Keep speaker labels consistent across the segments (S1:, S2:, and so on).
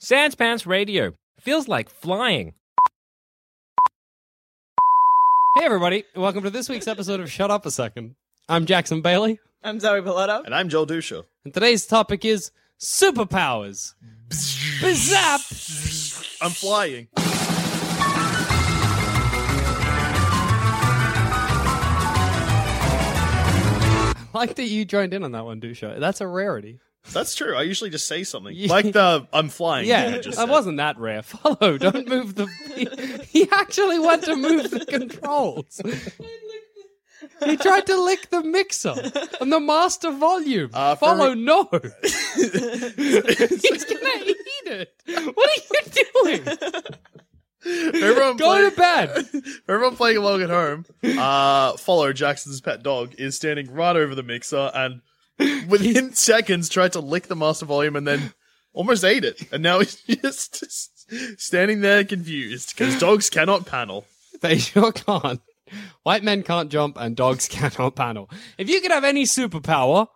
S1: Sans Pants Radio feels like flying.
S2: Hey, everybody. Welcome to this week's episode of Shut Up a Second. I'm Jackson Bailey,
S3: I'm Zoe Bellotto.
S4: And I'm Joel Dusha.
S2: and today's topic is superpowers. Bizap!
S4: I'm flying.
S2: I like that you joined in on that one, Dusha. That's a rarity.
S4: That's true. I usually just say something
S2: Yeah.
S4: like the I'm flying. thing
S2: Yeah,
S4: I just
S2: I
S4: said.
S2: wasn't that rare. Follow, don't move the. He, he actually went to move the controls. He tried to lick the mixer and the master volume.
S4: Uh, for
S2: Follow,
S4: me-
S2: no. He's gonna eat it. What are you doing?
S4: Remember I'm
S2: Go to
S4: playing,
S2: bed.
S4: remember I'm playing along at home. Uh, follow Jackson's pet dog is standing right over the mixer and within seconds tried to lick the master volume and then almost ate it. And now he's just s- standing there confused because dogs cannot panel.
S2: They sure can't. White men can't jump and dogs cannot panel. If you could have any superpower,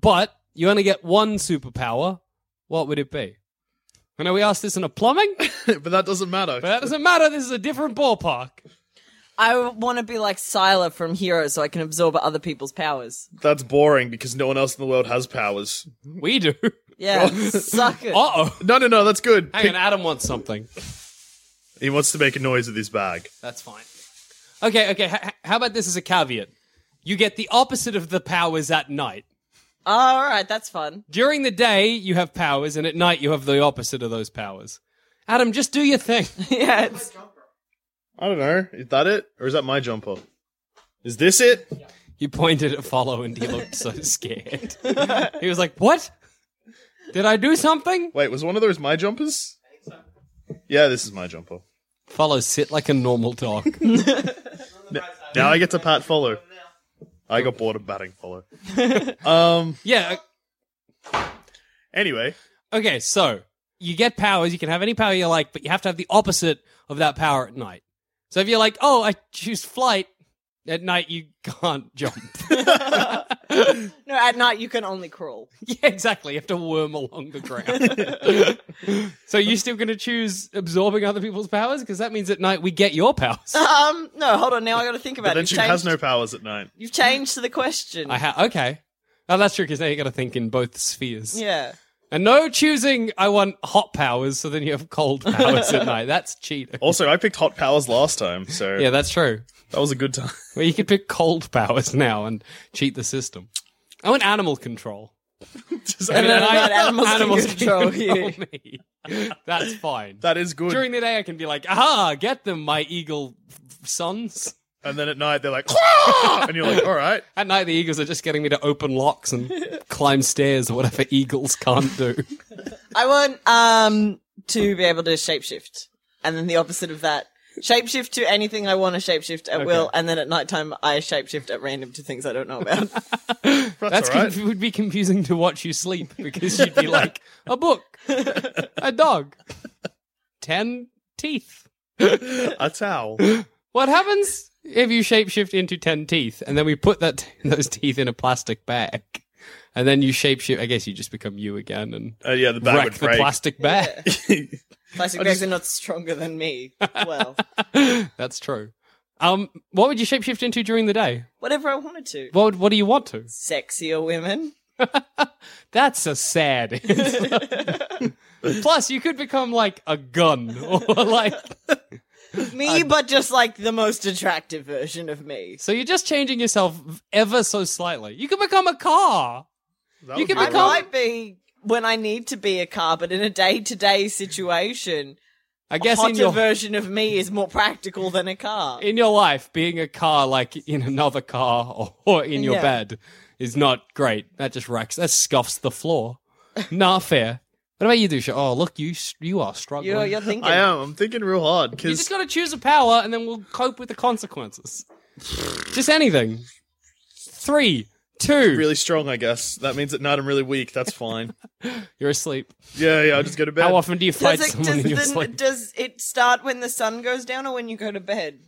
S2: but you only get one superpower, what would it be? I know we asked this in a plumbing, but
S4: but that doesn't matter.
S2: that doesn't matter. This is a different ballpark.
S3: I want to be like Scylla from Hero so I can absorb other people's powers.
S4: That's boring because no one else in the world has powers.
S2: We do.
S3: Yeah, suck it.
S2: Uh oh.
S4: No, no, no. That's good.
S2: Hang on, Adam wants something.
S4: He wants to make a noise with his bag.
S2: That's fine. Okay, okay. H- h- how about this as a caveat? You get the opposite of the powers at night.
S3: All right, that's fun.
S2: During the day, you have powers, and at night, you have the opposite of those powers. Adam, just do your thing.
S3: Yeah, it's,
S4: I don't know. Is that it? Or is that my jumper? Is this it?
S2: You pointed at Follow and he looked so scared. he was like, What? Did I do something?
S4: Wait, was one of those my jumpers? Yeah, this is my jumper.
S2: Follow, sit like a normal dog.
S4: Now I get to pat follow. I got bored of batting follow. um.
S2: yeah. uh,
S4: Anyway,
S2: Okay, so you get powers. You can have any power you like, but you have to have the opposite of that power at night. So if you're like, Oh, I choose flight, at night you can't jump.
S3: no, at night you can only crawl.
S2: yeah, exactly. You have to worm along the ground. so you're still going to choose absorbing other people's powers? Because that means at night we get your powers.
S3: Um, no, hold on. Now I got to think about
S4: but
S3: it.
S4: then
S3: You've
S4: she
S3: changed,
S4: has no powers at night.
S3: You've changed the question.
S2: I ha- okay. Oh, that's true because now you got to think in both spheres.
S3: yeah.
S2: And no choosing. I want hot powers, so then you have cold powers at night. That's cheating.
S4: Also, I picked hot powers last time, so
S2: Yeah, that's true.
S4: that was a good time.
S2: Well, you can pick cold powers now and cheat the system. I want animal control.
S4: Just-
S2: And then
S3: I want animals can control
S2: me. That's fine.
S4: that is good.
S2: During the day, I can be like, "Aha, get them, my eagle f- sons."
S4: and then at night they're like, "Ah!" and you're like, all right.
S2: At night, the eagles are just getting me to open locks and climb stairs or whatever eagles can't do.
S3: I want um to be able to shapeshift, and then the opposite of that. Shapeshift to anything I want to shapeshift at will, and then at nighttime I shapeshift at random to things I don't know about.
S2: That's
S4: That's, all right.
S2: conf- would be confusing to watch you sleep because you'd be like a book, a dog, ten teeth.
S4: a towel.
S2: What happens if you shapeshift into ten teeth and then we put that those teeth in a plastic bag and then you shapeshift? I guess you just become you again and
S4: Uh, yeah, the bag
S2: wreck
S4: would
S2: the
S4: break.
S2: plastic bag.
S3: Plastic bags are not stronger than me. Well,
S2: That's true. Um, what would you shapeshift into during the day?
S3: whatever I wanted to.
S2: What would, what do you want to?
S3: Sexier women.
S2: That's a sad. answer. Plus, you could become like a gun or like.
S3: Me, but just like the most attractive version of me.
S2: So you're just changing yourself ever so slightly. You could become a car.
S4: That
S2: You
S4: would
S2: can
S3: I
S4: be weird.
S2: become-
S3: might be when I need to be a car, but in a day to day situation,
S2: I
S3: a
S2: guess
S3: hotter
S2: in your
S3: version of me is more practical than a car.
S2: in your life, being a car like in another car or, or in your
S3: Yeah.
S2: bed is not great. That just wrecks. That scuffs the floor. not fair. What about you, Dusha? Oh, look, you s- you are struggling.
S3: You're, you're thinking.
S4: I am. I'm thinking real hard
S2: You
S4: because
S2: just got to choose a power, and then we'll cope with the consequences. just anything. Three, two.
S4: really strong. I guess that means at night I'm really weak. That's fine.
S2: You're asleep.
S4: yeah, yeah. I'll just go to bed.
S2: How often do you fight
S3: Does it,
S2: someone
S3: does,
S2: in your
S3: the,
S2: sleep?
S3: does it start when the sun goes down or when you go to bed?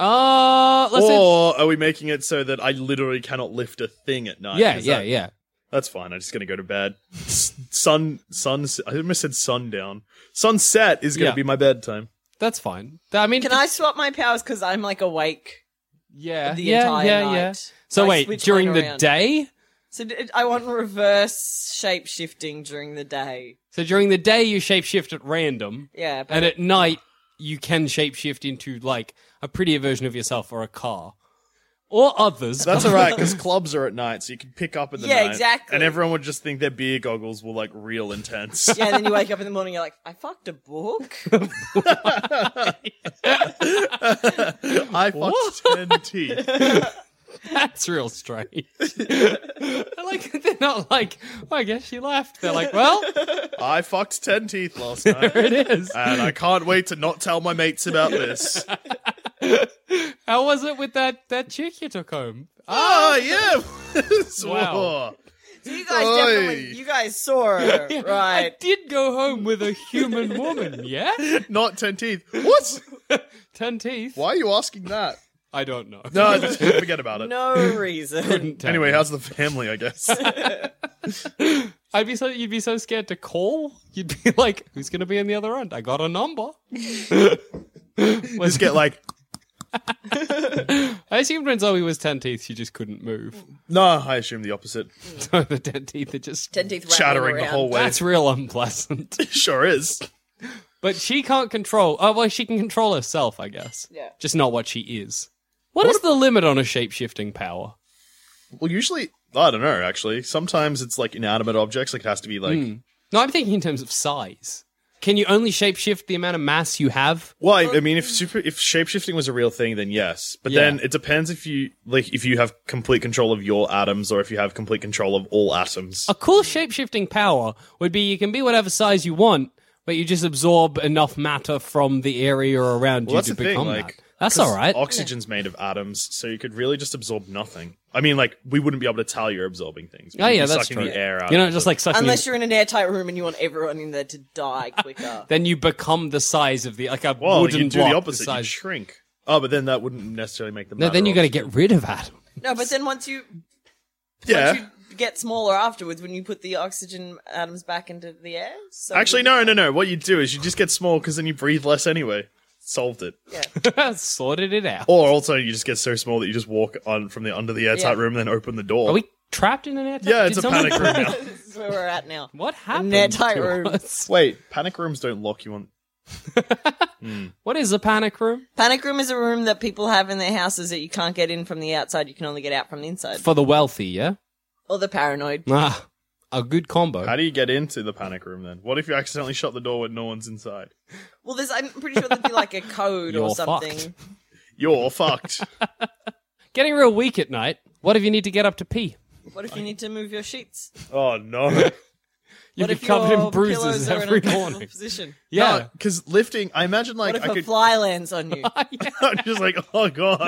S2: Uh, let's say-
S4: or are we making it so that I literally cannot lift a thing at night?
S2: yeah,
S4: 'Cause
S2: yeah,
S4: that-
S2: yeah.
S4: That's fine. I'm just gonna go to bed. S- Sun, sun. I almost said sundown. Sunset is gonna
S2: Yeah.
S4: be my bedtime.
S2: That's fine. Th- I mean,
S3: Can I swap my powers because I'm like awake
S2: Yeah,
S3: the
S2: yeah,
S3: entire
S2: yeah,
S3: night?
S2: yeah. So
S3: I
S2: wait,
S3: switch
S2: during
S3: mine
S2: the
S3: around.
S2: day.
S3: So d- I want reverse shape shifting during the day.
S2: So during the day you shapeshift at random,
S3: Yeah, but
S2: and at night you can shapeshift into like a prettier version of yourself or a car or others.
S4: That's all right because clubs are at night, so you can pick up in the
S3: Yeah,
S4: night,
S3: exactly.
S4: And everyone would just think their beer goggles were like real intense.
S3: yeah, then you wake up in the morning, you're like, I fucked a book.
S4: I fucked ten teeth.
S2: That's real strange. They're like they're not like. "Oh, I guess she left. They're like, well,
S4: I fucked ten teeth last night,
S2: it is.
S4: and I can't wait to not tell my mates about this.
S2: How was it with that that chick you took home?
S4: Oh yeah!
S2: Wow.
S3: you guys
S4: Oi.
S3: definitely, you guys saw her,
S2: I
S3: right?
S2: did go home with a human woman. Yeah,
S4: Not ten teeth. What?
S2: ten teeth.
S4: Why are you asking that?
S2: I don't know.
S4: No, just forget about it.
S3: No reason.
S2: Couldn't tell
S4: Anyway,
S2: you.
S4: how's the family? I guess.
S2: I'd be so you'd be so scared to call. You'd be like, "Who's going to be in the other end?" I got a number.
S4: just get like,
S2: I assumed when Zoe was ten teeth, she just couldn't move.
S4: no. I assume the opposite.
S2: So the ten teeth are just
S3: Ten teeth
S4: Shattering the whole way.
S2: that's real unpleasant.
S4: Sure is.
S2: but she can't control. Oh well, she can control herself, I guess.
S3: Yeah.
S2: Just not what she is. what is the limit on a shape shifting power?
S4: Well, usually, I don't know. Actually, sometimes it's like inanimate objects. Like it has to be like.
S2: No, I'm thinking in terms of size. Can you only shape shift the amount of mass you have?
S4: Well, I, I mean, if super, if shapeshifting was a real thing, then yes. But
S2: Yeah.
S4: then it depends if you like if you have complete control of your atoms or if you have complete control of all atoms.
S2: A cool shape shifting power would be you can be whatever size you want, but you just absorb enough matter from the area around
S4: Well,
S2: you
S4: that's
S2: to
S4: the thing.
S2: become that.
S4: Like
S2: That's
S4: 'cause
S2: all right.
S4: Oxygen's made of atoms, so you could really just absorb nothing. I mean, like we wouldn't be able to tell you're absorbing things.
S2: Oh
S4: You'd
S2: yeah,
S4: be
S2: that's
S4: sucking
S2: true.
S4: the air out.
S2: You're not
S4: of
S2: just
S4: it.
S2: like sucking.
S3: Unless you're in an airtight room and you want everyone in there to die quicker.
S2: then you become the size of the like a
S4: well,
S2: wooden
S4: you do
S2: block
S4: the
S2: the
S4: opposite. You
S2: size.
S4: shrink. Oh, but then that wouldn't necessarily make them.
S2: no, then you got to get rid of atoms.
S3: no, but then once you,
S4: yeah.
S3: once you get smaller afterwards, when you put the oxygen atoms back into the air. So
S4: Actually, no, no, no. What you do is you just get small because then you breathe less anyway. Solved it.
S2: Sorted it out.
S4: Or also, you just get so small that you just walk on from the under the airtight
S3: Yeah.
S4: room and then open the door.
S2: Are we trapped in an airtight?
S4: yeah, it's
S2: Did
S4: a
S2: someone-
S4: panic room now.
S3: This is where we're at now.
S2: What happened?
S3: An airtight
S2: to
S3: room.
S2: us?
S4: Wait, panic rooms don't lock you on.
S2: What is a panic room
S3: Panic room is a room that people have in their houses that you can't get in from the outside. You can only get out from the inside.
S2: for the wealthy? Yeah,
S3: Or the paranoid.
S2: ah, a good combo.
S4: How do you get into the panic room then? What if you accidentally shut the door when no one's inside?
S3: Well, there's. I'm pretty sure there'd be like a code or
S2: You're
S3: something.
S2: fucked.
S4: You're fucked.
S2: Getting real weak at night. What if you need to get up to pee?
S3: What if you need to move your sheets?
S4: Oh no.
S2: You'd
S3: what
S2: be
S3: if
S2: covered
S3: your
S2: in bruises
S3: pillows are in
S2: every
S3: a comfortable
S2: morning.
S3: Position.
S2: Yeah,
S4: because lifting. I imagine
S3: What
S4: like
S3: if
S4: I
S3: a
S4: could.
S3: fly lands on you?
S4: I'm just like, oh god.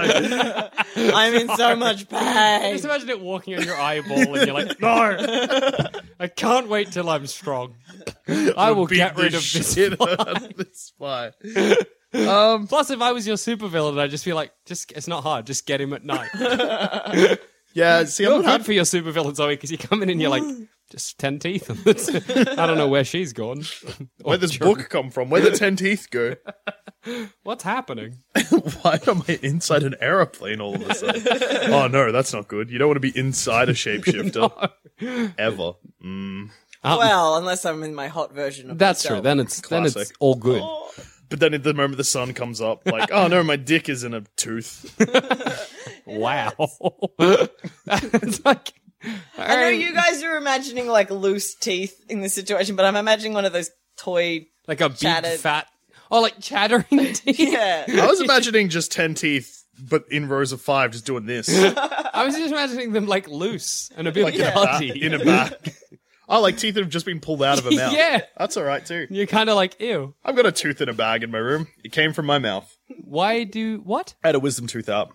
S3: I'm in so much pain.
S2: just imagine it walking on your eyeball, and you're like, no, I can't wait till I'm strong. I will
S4: Beat
S2: get
S4: the
S2: rid of this
S4: shit out of this fly. Um,
S2: Plus, if I was your supervillain, I'd just be like, just it's not hard. Just get him at night.
S4: yeah. See, I'm
S2: You're
S4: not
S2: good for your supervillain, Zoe, because you come in and you're like, just ten teeth. and that's- I don't know where she's gone.
S4: Where'd this book come from? Where'd the ten teeth go?
S2: What's happening?
S4: Why am I inside an aeroplane all of a sudden? oh no, that's not good. You don't want to be inside a shapeshifter. ever. Mm.
S2: Um,
S3: Well, unless I'm in my hot version of
S2: that's true.
S3: myself.
S2: Then it's then it's
S4: Classic. Oh,
S2: all good.
S4: But then at the moment the sun comes up, like, oh no, my dick is in a tooth.
S2: Wow. It's like,
S3: I know you guys are imagining like loose teeth in this situation, but I'm imagining one of those toy.
S2: like a big
S3: Chattered.
S2: fat. Oh, like chattering teeth.
S3: Yeah.
S4: I was imagining just ten teeth, but in rows of five, just doing this,
S2: I was just imagining them like loose and a bit
S4: like
S2: like
S4: in, a back,
S2: bloody.
S4: in a back. Oh, like teeth that have just been pulled out of a mouth.
S2: Yeah.
S4: that's all right too.
S2: You're kind of like ew.
S4: I've got a tooth in a bag in my room. It came from my mouth.
S2: Why do what?
S4: I had a wisdom tooth out.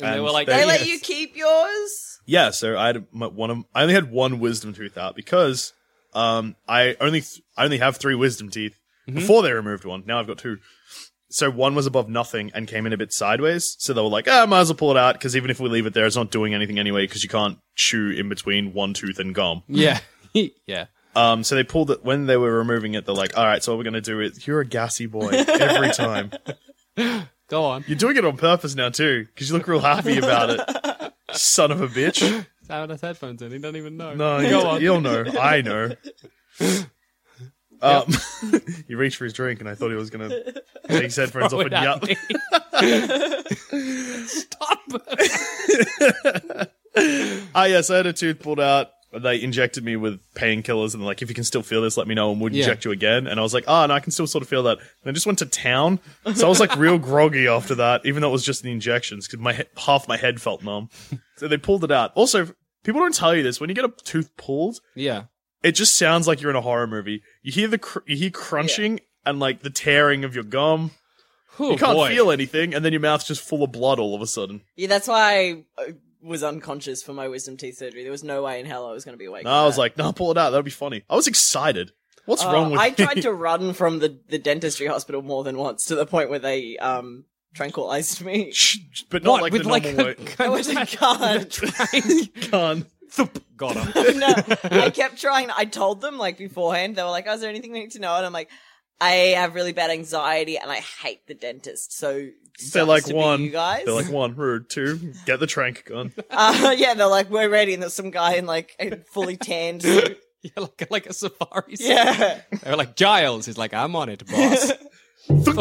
S2: And they were like,
S3: They
S2: Yes.
S3: let you keep yours?
S4: Yeah, so I had my, one of I only had one wisdom tooth out because um I only th- I only have three wisdom teeth. Before they removed one, now I've got two. So one was above nothing and came in a bit sideways. So they were like, "Ah, might as well pull it out because even if we leave it there, it's not doing anything anyway because you can't chew in between one tooth and gum."
S2: Yeah, yeah.
S4: Um, so they pulled it when they were removing it. They're like, "All right, so what we're gonna do is you're a gassy boy every time.
S2: Go on.
S4: You're doing it on purpose now too because you look real happy about it, son of a bitch."
S2: Sound has headphones in. He don't even know.
S4: No,
S2: go
S4: you,
S2: on.
S4: you'll know. I know. Um, he reached for his drink, and I thought he was gonna take his headphones off and
S2: Without
S4: yell.
S2: me. Stop.
S4: Ah, yes, I had a tooth pulled out. They injected me with painkillers, and they're like, if you can still feel this, let me know, and we'll
S2: Yeah.
S4: inject you again. And I was like, oh, no, I can still sort of feel that. And I just went to town, so I was like real groggy after that, even though it was just the injections, because my he- half my head felt numb. So they pulled it out. Also, people don't tell you this when you get a tooth pulled.
S2: Yeah.
S4: it just sounds like you're in a horror movie. You hear the cr- you hear crunching and like the tearing of your gum.
S2: Oh,
S4: You can't
S2: boy.
S4: feel anything, and then your mouth's just full of blood all of a sudden.
S3: Yeah, that's why I uh, was unconscious for my wisdom teeth surgery. There was no way in hell I was going to be awake.
S4: And
S3: for
S4: I was
S3: that.
S4: like, "No, pull it out. That'll be funny." I was excited. What's
S3: Uh,
S4: wrong with
S3: I
S4: me?
S3: tried to run from the, the dentistry hospital more than once to the point where they um tranquilized me.
S4: but not
S2: What
S4: like
S2: with
S4: the
S2: like
S4: normal
S2: a,
S4: way.
S3: I was Oh, a gun.
S4: Con.
S2: Thump. Got him.
S3: no, I kept trying. I told them like beforehand. They were like, "Oh, is there anything we need to know?" And I'm like, "I have really bad anxiety and I hate the dentist." So
S4: They're
S3: sucks
S4: like
S3: to be
S4: one.
S3: you guys.
S4: They're like one rude. Two, get the trank gun.
S3: uh, yeah, they're like, "We're ready." And there's some guy in like a fully tanned suit.
S2: Yeah, like like a safari. suit.
S3: Yeah,
S2: They were like Giles. He's like, I'm on it, boss. I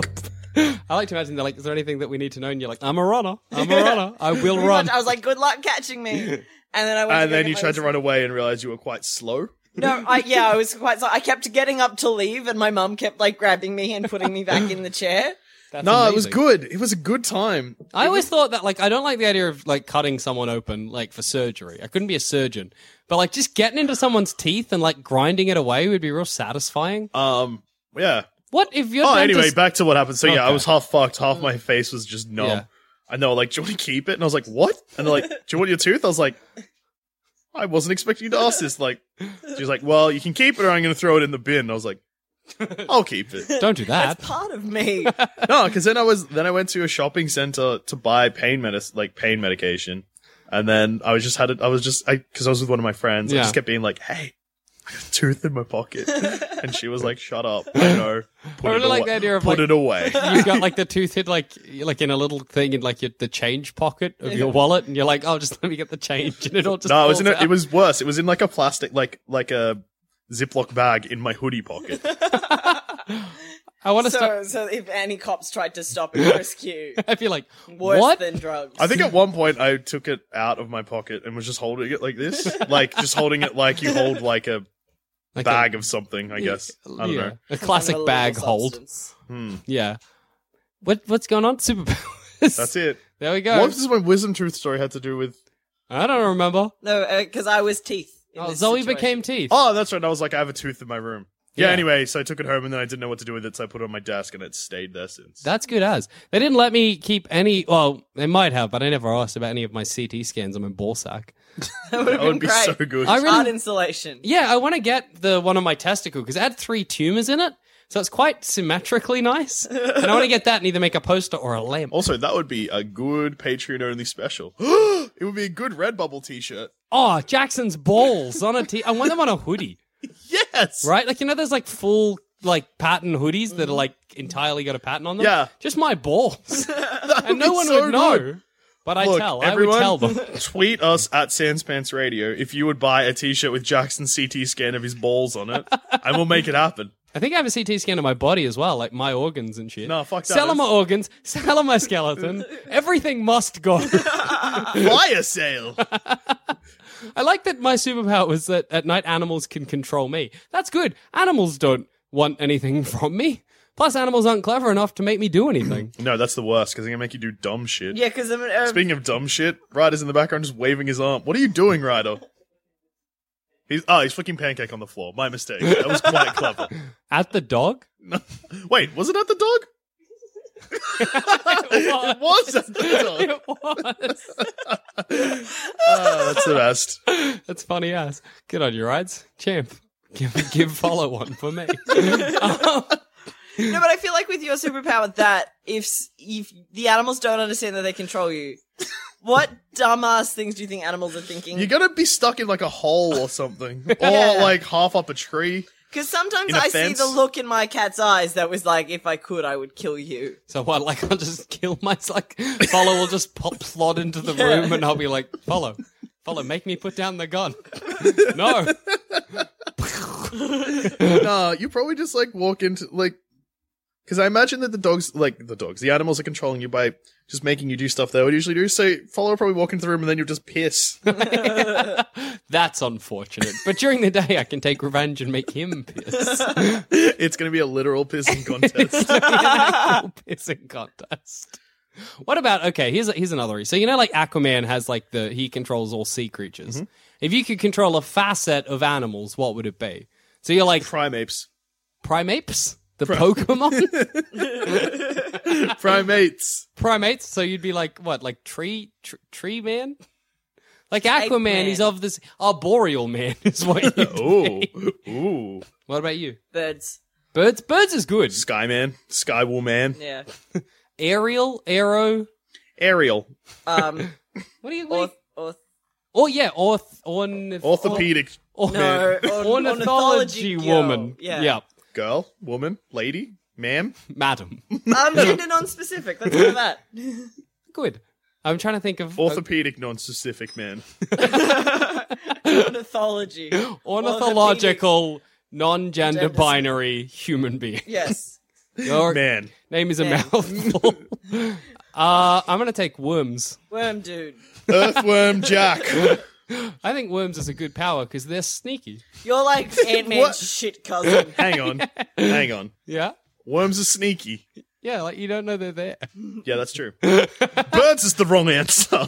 S2: like to imagine they're like, is there anything that we need to know? And you're like, I'm a runner. I'm a runner. I will
S3: Pretty much,
S2: run.
S3: I was like, "Good luck catching me." And then I went
S4: and
S3: go
S4: then
S3: get
S4: you
S3: my
S4: tried to run away and realized you were quite slow.
S3: No, I yeah, I was quite. So I kept getting up to leave, and my mum kept like grabbing me and putting me back in the chair.
S2: That's
S4: No, it was
S2: amazing.
S4: good. It was a good time.
S2: I always thought that like I don't like the idea of like cutting someone open like for surgery. I couldn't be a surgeon, but like just getting into someone's teeth and like grinding it away would be real satisfying.
S4: Um, yeah.
S2: What if you're
S4: Oh, anyway, back to what happened. So yeah, I
S2: Okay. Mm.
S4: was half fucked, half my face was just numb.
S2: Yeah.
S4: And they were like, "Do you want to keep it?" And I was like, "What?" And they're like, "Do you want your tooth?" I was like, "I wasn't expecting you to ask this." Like, she's like, "Well, you can keep it, or I'm going to throw it in the bin." And I was like, "I'll keep it."
S2: don't do that.
S3: Part of me.
S4: no, because then I was then I went to a shopping center to buy pain medicine, like pain medication, and then I was just had it. I was just I because I was with one of my friends. I
S2: Yeah.
S4: just kept being like, "Hey." I got a tooth in my pocket, and she was like, "Shut up! I know. Put
S2: I
S4: it
S2: really like
S4: away.
S2: the idea of,
S4: Put
S2: like-
S4: it away."
S2: You've got like the tooth hid like like in a little thing in like your, the change pocket of your wallet, and you're like, oh, just let me get the change, and it all just
S4: No, it was in a,
S2: falls
S4: it
S2: out.
S4: was worse. It was in like a plastic, like like a Ziploc bag in my hoodie pocket.
S2: I want to start.
S3: so, so if any cops tried to stop and rescue,
S2: I feel like
S3: worse
S2: what?
S3: than drugs.
S4: I think at one point I took it out of my pocket and was just holding it like this, like just holding it like you hold like a
S2: Like a-
S4: bag of something. I guess I don't
S2: yeah,
S4: know.
S2: a
S3: Some
S2: classic
S3: illegal
S2: bag hold.
S3: substance.
S2: Yeah. What what's going on? Superpowers.
S4: That's it.
S2: There we go.
S4: What does my wisdom tooth story had to do with?
S2: I don't remember.
S3: No, because I was teeth. in
S2: Oh,
S3: this
S2: Zoe
S3: situation.
S2: became teeth.
S4: Oh, that's right. I was like, I have a tooth in my room. Yeah,
S2: Yeah.
S4: Anyway, so I took it home and then I didn't know what to do with it, so I put it on my desk and it stayed there since.
S2: That's good as. They didn't let me keep any. Well, they might have, but I never asked about any of my CT scans on my ball sack.
S3: That would
S4: that would be so
S3: great.
S4: good.
S2: I
S3: Art
S2: really.
S3: insulation.
S2: Yeah, I want to get the one on my testicle because it had three tumors in it. So it's quite symmetrically nice. and I want to get that and either make a poster or a lamp.
S4: also, that would be a good Patreon only special. it would be a good Redbubble t-shirt.
S2: Oh, Jackson's balls on a t. I want them on a hoodie,
S4: Yes.
S2: right? Like, you know, there's like full, like, pattern hoodies that are like entirely got a pattern on them?
S4: Yeah.
S2: Just my balls.
S4: That
S2: and no
S4: would
S2: one
S4: be so
S2: would know.
S4: good.
S2: But I
S4: Look,
S2: tell.
S4: everyone,
S2: I would tell them.
S4: tweet us at Sanspants Radio if you would buy a T-shirt with Jackson's CT scan of his balls on it, and we'll make it happen.
S2: I think I have a CT scan of my body as well, like my organs and shit.
S4: No, fuck that.
S2: Sell 'em my
S4: That's-
S2: organs, sell 'em my skeleton. Everything must go.
S4: Fire sale.
S2: I like that my superpower was that at night animals can control me. That's good. Animals don't want anything from me. Plus, animals aren't clever enough to make me do anything.
S4: No, that's the worst because they're gonna make you do dumb shit.
S3: Yeah, because I'm. Um,
S4: Speaking of dumb shit, Ryder's in the background just waving his arm. What are you doing, Ryder? He's oh, he's flicking pancake on the floor. My mistake. That was quite clever.
S2: at the dog?
S4: Wait, was it at the dog? It was at the dog.
S2: it was.
S4: Oh, that's the best.
S2: That's funny ass. Good on you, rides. Champ. Give, give follow one for me.
S3: no, but I feel like with your superpower that if s- if the animals don't understand that they control you, what dumbass things do you think animals are thinking?
S4: You're gonna be stuck in like a hole or something, or
S3: Yeah.
S4: like half up a tree.
S3: Because sometimes
S4: In a
S3: I
S4: fence?
S3: see the look in my cat's eyes that was like, if I could, I would kill you.
S2: so what? Like I'll just kill myself. Like follow will just pop plod into the room and I'll be like, follow, follow, make me put down the gun. no,
S4: nah, you probably just like walk into like, because I imagine that the dogs, like the dogs, the animals are controlling you by just making you do stuff they would usually do. So follow will probably walk into the room and then you'll just piss.
S2: that's unfortunate. But during the day, I can take revenge and make him piss.
S4: it's gonna be a literal pissing contest.
S2: Actual pissing contest. What about okay? Here's here's another. So you know, like Aquaman has like the he controls all sea creatures. If you could control a facet of animals, what would it be? So you're like
S4: Primates,
S2: primates, the Pokemon
S4: primates.
S2: primates. So you'd be like what, like tree tr- tree man? Like Aquaman,
S3: man.
S2: he's of this arboreal man, is what. You'd be.
S4: Ooh, ooh.
S2: What about you?
S3: Birds.
S2: Birds, birds is good.
S4: Skyman, Skywoman,
S3: Yeah.
S2: Aerial, arrow.
S4: Ariel,
S3: Um,
S2: What do you? What
S3: or,
S2: do you-
S3: or,
S2: oh yeah, orth, orn,
S4: orthopedic
S2: or-
S3: no, or,
S2: ornithology woman.
S3: Yeah.
S2: Yep.
S4: girl, woman, lady, ma'am.
S2: madam.
S3: Um, gender non-specific. Let's call that.
S2: Good. I'm trying to think of uh,
S4: Orthopedic, non-specific man.
S3: ornithology.
S2: ornithological, non-gender
S3: Gender-
S2: binary human being.
S3: Yes.
S2: Your
S4: Man,
S2: name is a
S3: Man.
S2: mouthful. uh, I'm gonna take worms.
S3: Worm dude.
S4: Earthworm Jack.
S2: I think worms is a good power because they're sneaky.
S3: You're like
S4: What?
S3: Ant-Man's shit cousin.
S4: Hang on, hang on.
S2: Yeah.
S4: Worms are sneaky.
S2: Yeah, like you don't know they're there.
S4: Yeah, that's true. Birds is the wrong answer.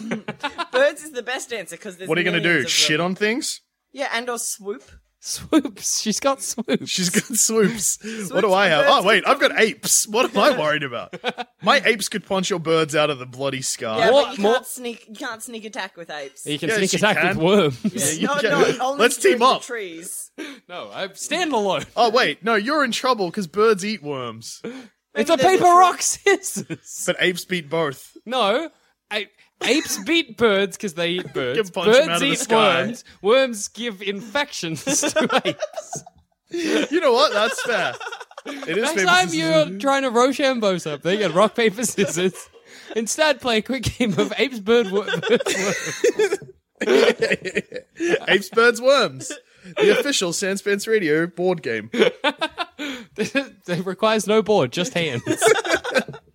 S3: Birds is the best answer because
S4: what are you
S3: going
S4: gonna
S3: to
S4: do? Shit on things?
S3: Yeah, and or swoop.
S2: Swoops. She's got swoops.
S4: She's got swoops. what do
S3: Swoops
S4: I
S3: and
S4: have?
S3: birds
S4: Oh wait, I've got apes. What am I worried about? My apes could punch your birds out of the bloody sky.
S3: Yeah,
S2: More-
S3: but you
S2: more-
S3: can't sneak. You can't sneak attack with apes.
S2: You can
S4: Yeah,
S2: sneak
S4: she
S2: attack with
S4: can.
S2: worms.
S4: you
S3: no,
S4: can-
S3: no, only
S4: Let's
S3: during
S4: team
S3: the
S4: up.
S3: Trees.
S2: No, I stand alone.
S4: Oh wait, no, you're in trouble because birds eat worms,
S2: It's a
S3: there's
S2: paper
S3: a-
S2: rock scissors.
S4: but apes beat both.
S2: No, a- apes beat birds because they eat birds.
S4: Give punch 'em
S2: Birds
S4: out of the
S2: eat
S4: sky.
S2: worms. Worms give infections to apes.
S4: You know what? That's fair. It is
S2: Next
S4: paper,
S2: time
S4: scissors.
S2: you're trying to Rochambeau something and rock paper scissors, instead play a quick game of apes bird wor- birds, worms.
S4: apes, birds, worms. The official Sanspence Radio board game
S2: it requires no board, just hands.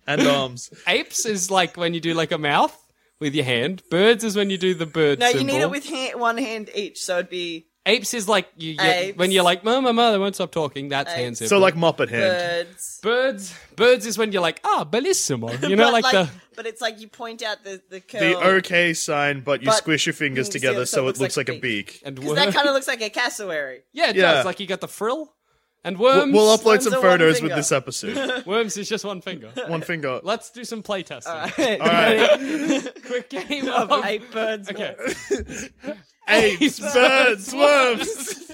S4: and arms.
S2: apes is like when you do like a mouth with your hand. Birds is when you do the bird.
S3: No, you
S2: symbol.
S3: need it with hand, one hand each, so it'd be
S2: apes is like you, you
S3: Apes.
S2: when you're like, "Mama, mama, they won't stop talking." That's hands.
S4: So like Muppet hand.
S3: birds.
S2: Birds, birds is when you're like, ah, bellissimo. You know,
S3: But,
S2: like, the
S3: But it's like you point out the the curl.
S4: The okay sign, but you
S3: But-
S4: squish your fingers
S3: Mm,
S4: together so it looks like, a beak.
S2: and
S3: Because
S2: worm.
S3: that kind of looks like a cassowary.
S2: yeah, it
S4: yeah.
S2: does. Like you got the frill and
S4: We'll,
S2: worms.
S4: we'll upload
S3: Worms
S4: some
S3: are one
S4: photos with
S3: finger.
S4: this episode.
S2: worms is just one finger.
S4: One finger.
S2: Let's do some play testing.
S4: All right.
S2: Quick game of
S3: Eight birds.
S2: okay.
S4: Apes, birds, worms.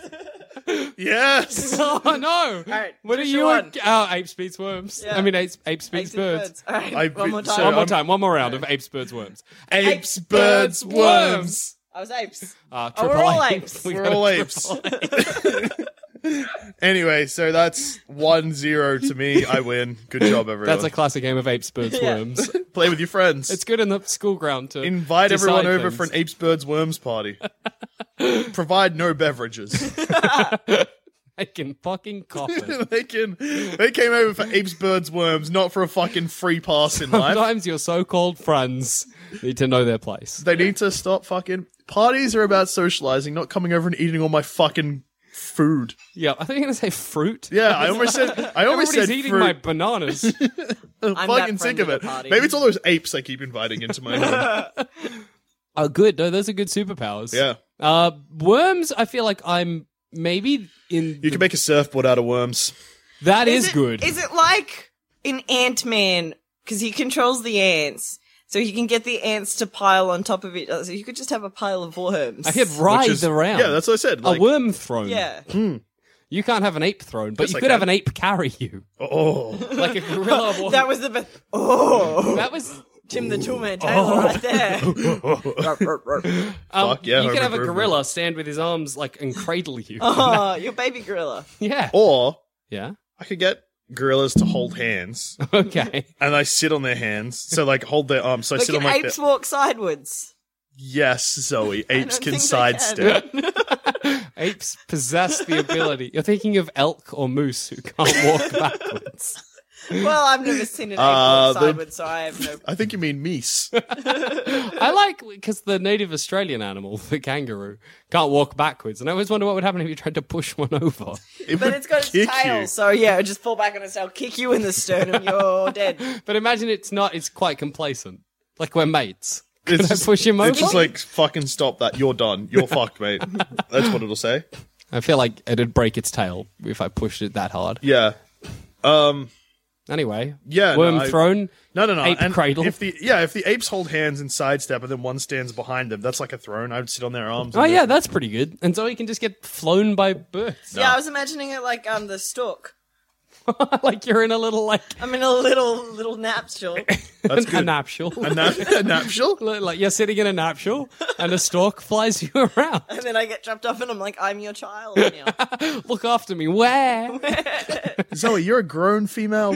S4: Yes.
S2: Oh no!
S3: All right,
S2: what are
S3: just your
S2: you?
S3: one.
S2: Oh, ape speeds worms.
S3: Yeah.
S2: I mean, ape, ape speeds
S3: Eight
S2: birds.
S3: birds. All right.
S4: I've
S3: one
S4: been-
S3: more
S4: so
S3: time.
S2: One more
S4: I'm-
S2: time. One more round of apes, birds, worms.
S4: Apes, birds, worms.
S3: I was apes.
S2: Uh,
S3: Oh, we're
S2: triple
S3: all
S2: ape.
S3: apes.
S2: We
S4: We're
S2: got a
S4: all
S2: triple
S4: apes.
S2: ape.
S4: Anyway, so that's one zero to me. I win. Good job, everyone.
S2: That's a classic game of apes, birds,
S3: Yeah.
S2: worms.
S4: Play with your friends.
S2: It's good in the school ground to
S4: Invite everyone
S2: decide
S4: over for an
S2: things.
S4: apes, birds, worms party. Provide no beverages.
S2: I can fucking cop it.
S4: they can. They came over for apes, birds, worms, not for a fucking free pass in life.
S2: Sometimes your so-called friends need to know their place.
S4: They need to stop fucking. Parties are about socializing, not coming over and eating all my fucking food.
S2: Yeah, I think you're gonna say fruit.
S4: Yeah, I almost said. I almost
S2: Everybody's
S4: said
S2: eating
S4: fruit.
S2: my bananas.
S4: I'm fucking
S3: that
S4: sick
S3: friend
S4: of
S3: at
S4: it.
S3: the party.
S4: Maybe it's all those apes I keep inviting into my home.
S2: oh, good. No, those are good superpowers.
S4: Yeah.
S2: Uh, worms. I feel like I'm maybe in.
S4: You can make a surfboard out of worms.
S2: that is,
S3: it-
S2: good.
S3: Is it like in Ant Man because he controls the ants, so he can get the ants to pile on top of each other? So you could just have a pile of worms.
S2: I could
S4: which
S2: writhe
S4: is-
S2: around.
S4: Yeah, that's what I said. Like,
S2: a worm throne.
S3: yeah,
S2: You can't have an ape throne, but
S4: Yes,
S2: you
S4: I
S2: could have
S4: can.
S2: an ape carry you.
S4: oh,
S2: Like a gorilla walking.
S3: that was the best. Oh,
S2: that was
S3: Tim the Toolman
S4: Oh.
S3: Taylor right there.
S2: um,
S4: Fuck yeah,
S2: you could
S4: Home
S2: have a
S4: Improvement.
S2: gorilla stand with his arms like and cradle you.
S3: Oh, your baby gorilla.
S2: yeah.
S4: or
S2: Yeah.
S4: I could get gorillas to hold hands,
S2: Okay.
S4: and I sit on their hands. So like hold their arms. So I
S3: But
S4: sit on
S3: can
S4: my.
S3: apes
S4: bit-
S3: walk sideways?
S4: yes, Zoe. Apes
S3: don't
S4: can
S3: think they
S4: side
S3: can.
S4: step.
S2: Apes possess the ability. You're thinking of elk or moose who can't walk backwards.
S3: Well, I've never seen an ape
S4: Uh,
S3: walk
S4: the-
S3: sideways, so I have no.
S4: I think you mean meese.
S2: I like because the native Australian animal, the kangaroo, can't walk backwards, and I always wonder what would happen if you tried to push one over.
S4: It
S3: But
S4: would
S3: it's got
S4: kick
S3: its tail,
S4: you.
S3: so yeah, it'll just fall back on its tail, kick you in the sternum, you're dead.
S2: But imagine it's not. It's quite complacent. Like we're mates. Could
S4: It's
S2: I
S4: just-
S2: push him over?
S4: It's just like fucking stop that. You're done. You're fucked, mate. That's what it'll say.
S2: I feel like it'd break its tail if I pushed it that hard.
S4: Yeah. Um.
S2: Anyway,
S4: Yeah, no,
S2: worm
S4: I-
S2: throne.
S4: No, no, no.
S2: Ape
S4: and
S2: cradle.
S4: If the yeah, if the apes hold hands and sidestep, and then one stands behind them, that's like a throne. I would sit on their arms.
S2: Oh
S4: and
S2: yeah, that's pretty good. And so he can just get flown by birds,
S3: Yeah, I was imagining it like um the stork.
S2: like you're in a little like
S3: I'm in a little little napsule.
S4: that's
S2: a
S4: good.
S2: nuptial.
S4: A nap- a nuptial?
S2: like you're sitting in a nuptial, and a stork flies you around.
S3: And then I get dropped off and I'm like, I'm your child now.
S2: Look after me. Where?
S4: Zoe, you're a grown female.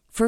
S5: For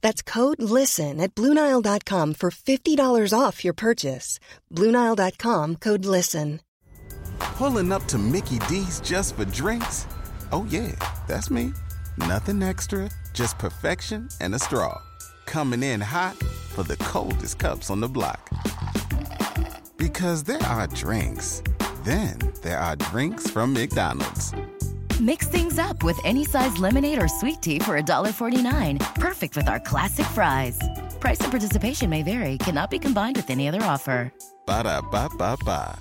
S6: That's code LISTEN at Bluenile.com for $50 off your purchase. Bluenile.com code LISTEN.
S7: Pulling up to Mickey D's just for drinks? Oh, yeah, that's me. Nothing extra, just perfection and a straw. Coming in hot for the coldest cups on the block. Because there are drinks, then there are drinks from McDonald's.
S5: Mix things up with any size lemonade or sweet tea for $1.49. Perfect with our classic fries. Price and participation may vary, cannot be combined with any other offer.
S7: Ba da ba ba ba.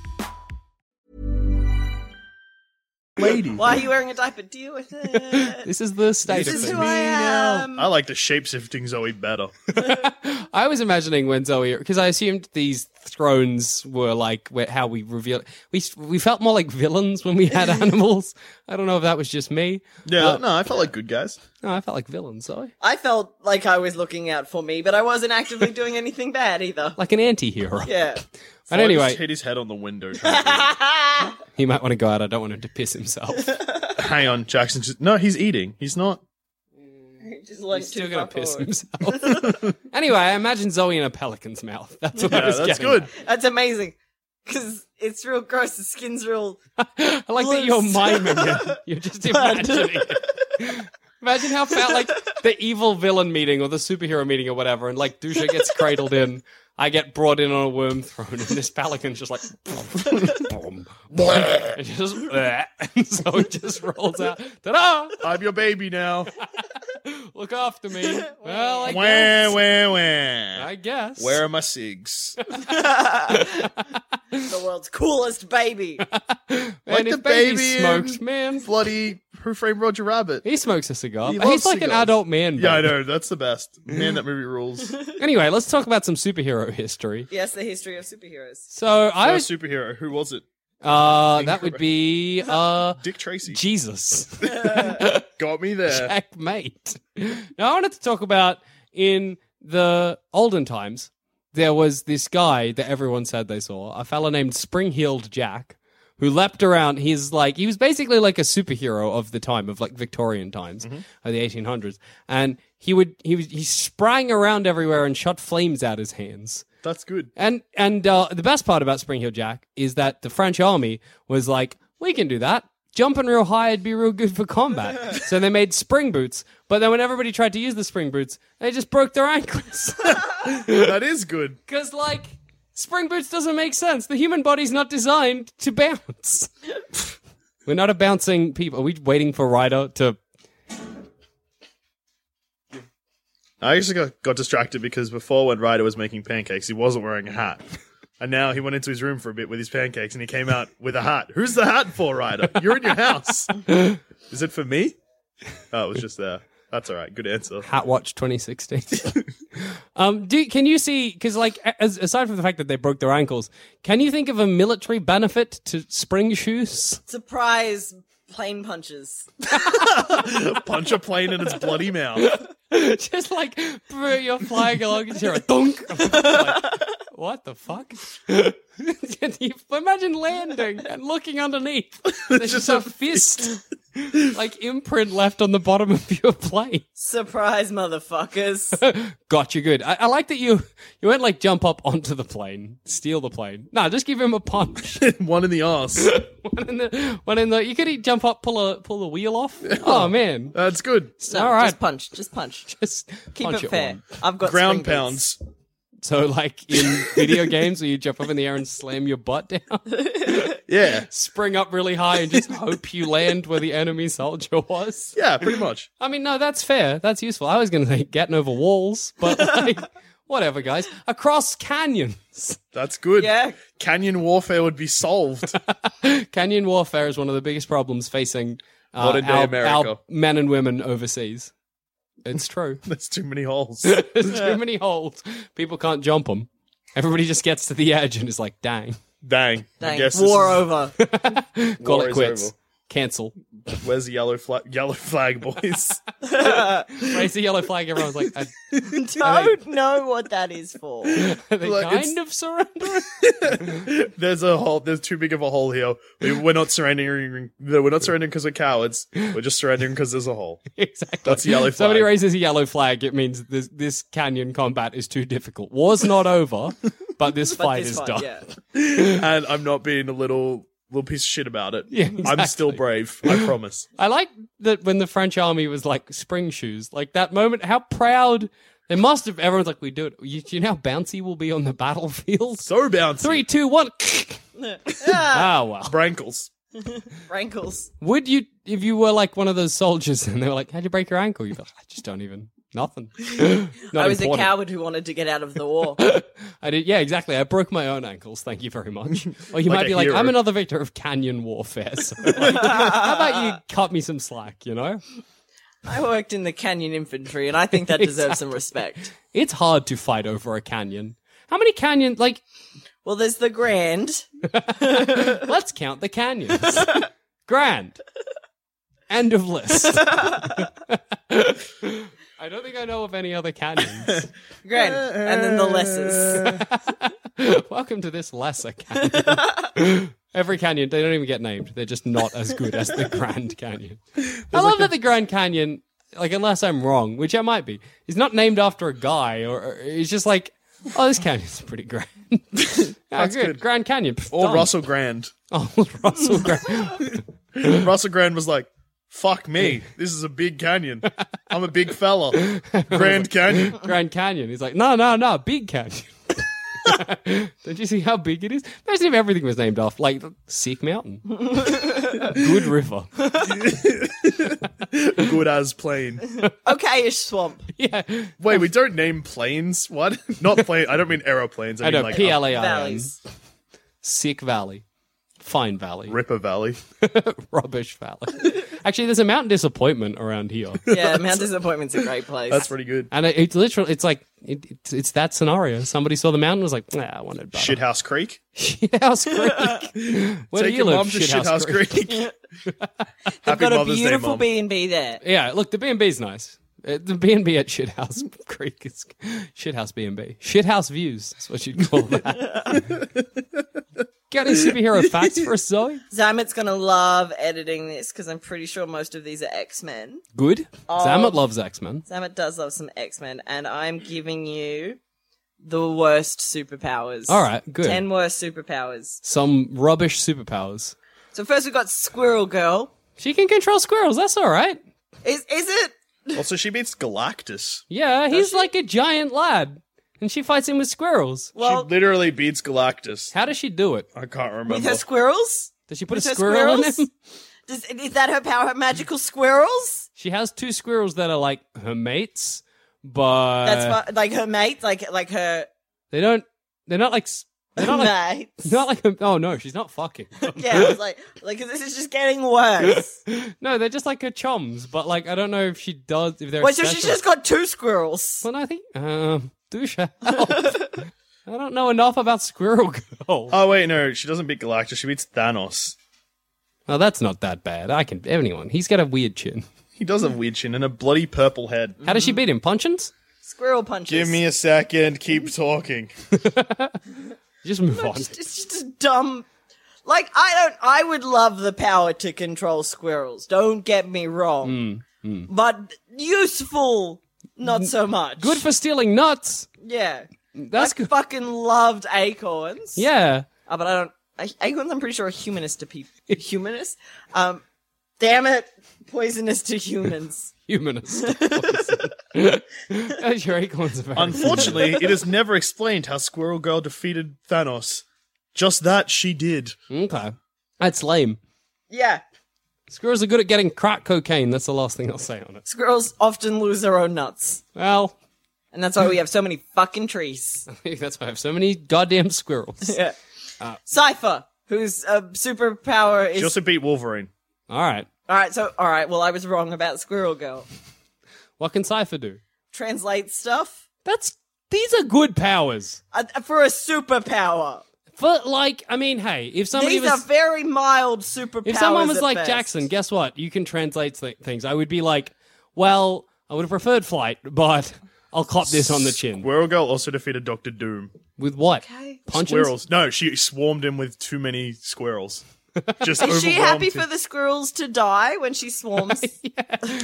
S8: lady.
S3: Why are you wearing a diaper? Deal with it.
S2: This is the state
S3: this
S2: of
S3: is
S2: things.
S3: who I am.
S2: Oh.
S4: I like the shapeshifting Zoe better.
S2: I was imagining when Zoe, because I assumed these thrones were like where, how we reveal. We we felt more like villains when we had animals. I don't know if that was just me.
S4: Yeah, no, I felt like good guys.
S2: No, I felt like villains, Zoe,
S3: I felt like I was looking out for me, but I wasn't actively doing anything bad either.
S2: like an anti-hero.
S3: Yeah.
S2: But
S4: Floyd
S2: anyway,
S4: just hit his head on the window. trying to-
S2: he might want to go out. I don't want him to piss himself.
S4: Hang on, Jackson. Just, no, he's eating. He's not.
S3: Just learned
S2: He's still
S3: too
S2: gonna
S3: far
S2: piss
S3: forward.
S2: himself. anyway, I imagine Zoe in a pelican's mouth. That's what I
S4: Yeah,
S2: was
S4: that's
S2: getting
S4: good.
S2: at.
S3: That's amazing. Because it's real gross. The skin's real.
S2: I like that you're
S3: Loose.
S2: miming it. You're just imagining it. Imagine how fat, like the evil villain meeting or the superhero meeting or whatever, and like Dusha gets cradled in. I get brought in on a worm throne, and this pelican's just like, boom, boom, and just, and so it just rolls out. Ta
S4: I'm your baby now.
S2: da! Look after me. Well, I guess.
S4: wah, wah, wah.
S2: I guess.
S4: Where are my cigs?
S3: The world's coolest baby.
S2: and
S4: Like
S2: his
S4: the
S2: baby,
S4: baby in-
S2: smokes, man.
S4: Bloody Who Framed Roger Rabbit?
S2: He smokes a cigar.
S4: He
S2: but He's
S4: loves
S2: like an
S4: cigars.
S2: adult man.
S4: Yeah, I
S2: baby.
S4: know. That's the best. Man, that movie rules.
S2: Anyway, let's talk about some superhero history.
S3: yes, the history of superheroes.
S2: So I was
S4: First superhero. Who was it?
S2: Uh, that would be uh,
S4: Dick Tracy.
S2: Jesus,
S4: Got me there.
S2: checkmate. Now I wanted to talk about in the olden times. There was this guy that everyone said they saw, a fella named Spring-Heeled Jack, who leapt around. He's like he was basically like a superhero of the time of like Victorian times of the 1800s, and he would he was he sprang around everywhere and shot flames out his hands.
S4: That's good.
S2: And and uh, the best part about Spring Hill Jack is that the French army was like, we can do that. Jumping real high would be real good for combat. so they made spring boots. But then when everybody tried to use the spring boots, they just broke their ankles.
S4: That is good.
S2: Because, like, spring boots doesn't make sense. The human body's not designed to bounce. We're not a bouncing people. Are we waiting for Ryder to.
S4: I actually got, got distracted because before when Ryder was making pancakes, he wasn't wearing a hat. And now he went into his room for a bit with his pancakes and he came out with a hat. Who's the hat for, Ryder? You're in your house. Is it for me? Oh, it was just there. That's all right. Good answer.
S2: Hat Watch 2016. um, do can you see? Because like, a- as, aside from the fact that they broke their ankles, can you think of a military benefit to spring shoes?
S3: Surprise plane punches.
S4: Punch a plane in its bloody mouth.
S2: Just like bro, you're flying along and you're a dunk. Like, what the fuck? You Imagine landing and looking underneath. There's just
S4: Just
S2: a
S4: a
S2: fist, like imprint left on the bottom of your plane.
S3: Surprise, motherfuckers.
S2: Got you good. I, I like that you you went like jump up onto the plane, steal the plane. No, just give him a punch.
S4: One in the ass.
S2: one in the one in the you could eat jump up pull a pull the wheel off oh man
S4: That's good.
S3: No,
S2: all right
S3: Just punch. Just punch.
S2: just
S3: Keep
S2: punch
S3: it fair.
S2: on.
S3: I've got
S4: Ground
S3: spring boots.
S4: pounds.
S2: so like in video games where you jump up in the air and slam your butt down
S4: Yeah.
S2: spring up really high and just hope you land where the enemy soldier was
S4: Yeah, pretty much.
S2: i mean no that's fair that's useful i was gonna say getting over walls but like whatever guys across canyons
S4: That's good.
S3: Yeah.
S4: Canyon warfare would be solved.
S2: canyon warfare is one of the biggest problems facing uh,
S4: Modern day
S2: our- our
S4: America.
S2: men and women overseas it's true
S4: There's too many holes.
S2: There's too many holes. People can't jump them. Everybody just gets to the edge and is like, dang,
S4: Dang. I
S3: Dang.
S4: guess this
S3: War
S4: is-
S3: over.
S2: call
S4: War
S2: it
S4: is
S2: quits.
S4: over.
S2: Cancel.
S4: Where's the yellow flag? Yellow flag, boys.
S2: Raise the yellow flag. Everyone's like, I,
S3: Don't know what that is for.
S2: are they
S4: Like, it's-
S2: kind of surrendering?
S4: there's a hole. There's too big of a hole here. We, we're not surrendering. no, We're not surrendering because we're cowards. We're just surrendering because there's a hole.
S2: exactly.
S4: That's the yellow
S2: Somebody
S4: flag.
S2: raises a yellow flag. It means this, this canyon combat is too difficult. War's not over, but this
S3: But
S2: fight
S3: this
S2: is
S3: fight,
S2: done.
S3: Yeah.
S4: And I'm not being a little little piece of shit about it.
S2: Yeah,
S4: I'm still
S2: exactly.
S4: brave. I promise.
S2: I like that when the French army was like spring shoes, like that moment, how proud they must have. Everyone's like, we do it. You, you know how bouncy we'll be on the battlefield?
S4: So bouncy.
S2: Three, two, one. Ah, well.
S4: Brankles.
S3: Rankles.
S2: Would you, if you were like one of those soldiers and they were like, how'd you break your ankle? You'd be like, I just don't even, Nothing. Not
S3: I was
S2: important.
S3: a coward who wanted to get out of the war.
S2: I did. Yeah, exactly. I broke my own ankles. Thank you very much. Or you
S4: Like
S2: might
S4: a
S2: be like,
S4: hero.
S2: I'm another victor of canyon warfare. So like, how about you cut me some slack? You know,
S3: I worked in the canyon infantry, and I think that deserves some respect.
S2: it's hard to fight over a canyon. How many canyon? Like,
S3: Well, there's the Grand.
S2: let's count the canyons. Grand. End of list. I don't think I know of any other canyons.
S3: Grand. And then the Lessers.
S2: Welcome to this lesser canyon. Every canyon, they don't even get named. They're just not as good as the Grand Canyon. I love that the Grand Canyon, like, unless I'm wrong, which I might be, is not named after a guy, or, or it's just like, oh, this canyon's pretty grand. Yeah, good.
S4: good.
S2: Grand Canyon. pff,
S4: Or
S2: done.
S4: Russell Grand.
S2: Oh, Russell Grand.
S4: Russell Grand was like, fuck me. This is a big canyon. I'm a big fella. Grand Canyon.
S2: Grand Canyon. He's like, no, no, no, Big Canyon. Don't you see how big it is? Imagine if everything was named off like Sick Mountain, Good River.
S4: Good as plain.
S3: Okay, ish swamp.
S2: Yeah,
S4: Wait, we don't name planes. What? Not plane. I don't mean aeroplanes. I,
S2: I
S4: mean
S2: know
S4: like
S2: P L
S4: up
S2: A I N.
S3: Valleys.
S2: Sick Valley, Fine Valley,
S4: Ripper Valley.
S2: Rubbish Valley. Actually, there's a mountain disappointment around here,
S3: Yeah, Mount Disappointment's a great place.
S4: That's pretty good.
S2: and it, it's literally it's like it, it's, it's that scenario. Somebody saw the mountain and was like, nah, I wanted better.
S4: Shithouse Creek.
S2: Shithouse Creek. Where do
S4: Take
S2: you
S4: your
S2: live?
S4: mom to Shithouse, Creek.
S3: I've
S4: Happy
S3: got a
S4: Mother's Day,
S3: beautiful
S4: Mom.
S3: B and B there.
S2: Yeah, look, the B and B's nice. Uh, The B and B at Shithouse Creek is Shithouse B and B. Shithouse views. That's what you'd call that. Got any superhero facts for us, Zoe?
S3: Zamet's gonna love editing this because I'm pretty sure most of these are X Men.
S2: Good. Zamet loves X Men.
S3: Zamet does love some X Men, and I'm giving you the worst superpowers.
S2: All right, good.
S3: Ten worst superpowers.
S2: Some rubbish superpowers.
S3: So first we've got Squirrel Girl.
S2: She can control squirrels. That's all right.
S3: Is is it?
S4: Also, she beats Galactus.
S2: Yeah, he's like a giant lad, and she fights him with squirrels.
S3: Well,
S4: she literally beats Galactus.
S2: How does she do it?
S4: I can't
S3: with
S4: remember.
S3: her squirrels?
S2: Does she put
S3: With
S2: a
S3: her
S2: squirrel in
S3: squirrels?
S2: him?
S3: Does, is that her power? Her magical squirrels?
S2: She has two squirrels that are like her mates, but
S3: That's what, like her mate, like like her
S2: they don't. They're not like. s- They're not like
S3: mate.
S2: Not like a, oh no, she's not fucking.
S3: yeah, I was like, like this is just getting worse.
S2: no, they're just like her chums. But like, I don't know if she does. If they're
S3: Wait, so
S2: special.
S3: she's just got two squirrels.
S2: Well, no, I think um, Dusha. I don't know enough about Squirrel Girl.
S4: oh, wait, no. She doesn't beat Galactus. She beats Thanos.
S2: no, that's not that bad. I can anyone. He's got a weird chin.
S4: He does have weird chin and a bloody purple head.
S2: How does she
S3: Mm-hmm.
S2: beat him? Punchins?
S3: Squirrel punches.
S4: Give me a second. Keep talking.
S2: Just move on.
S3: It's it's just a dumb. Like I don't. I would love the power to control squirrels. Don't get me wrong.
S2: Mm,
S3: But useful, not so much.
S2: Good for stealing nuts.
S3: yeah.
S2: That's
S3: I
S2: good.
S3: fucking loved acorns.
S2: Yeah.
S3: Uh, but I don't. I, acorns, I'm pretty sure are humanist to people. humanist. Um, damn it, poisonous to humans.
S2: Humanist. That's your acorns about.
S4: Unfortunately, it is never explained how Squirrel Girl defeated Thanos. Just that she did.
S2: okay. That's lame.
S3: yeah,
S2: Squirrels are good at getting crack cocaine. That's the last thing I'll say on it.
S3: squirrels often lose their own nuts,
S2: Well,
S3: and that's why we have so many fucking trees.
S2: That's why I have so many goddamn squirrels.
S3: Yeah. Cypher, whose uh, superpower is.
S4: She also beat Wolverine.
S2: All right.
S3: Alright, so, alright, well, I was wrong about Squirrel Girl.
S2: What can Cypher do?
S3: Translate stuff?
S2: That's these are good powers.
S3: Uh, for a superpower.
S2: But like, I mean, hey, if somebody
S3: These are
S2: was
S3: very mild superpowers.
S2: if someone was
S3: at
S2: like
S3: best.
S2: Jackson, guess what? You can translate th- things. I would be like, well, I would have preferred flight, but I'll cop this on the chin
S4: Squirrel Girl also defeated Doctor Doom.
S2: with what?
S3: Okay.
S2: Punches.
S4: Squirrels. No, she swarmed him with too many squirrels. Just
S3: Is she
S4: overwhelmed
S3: happy
S4: him.
S3: for the squirrels to die when she swarms?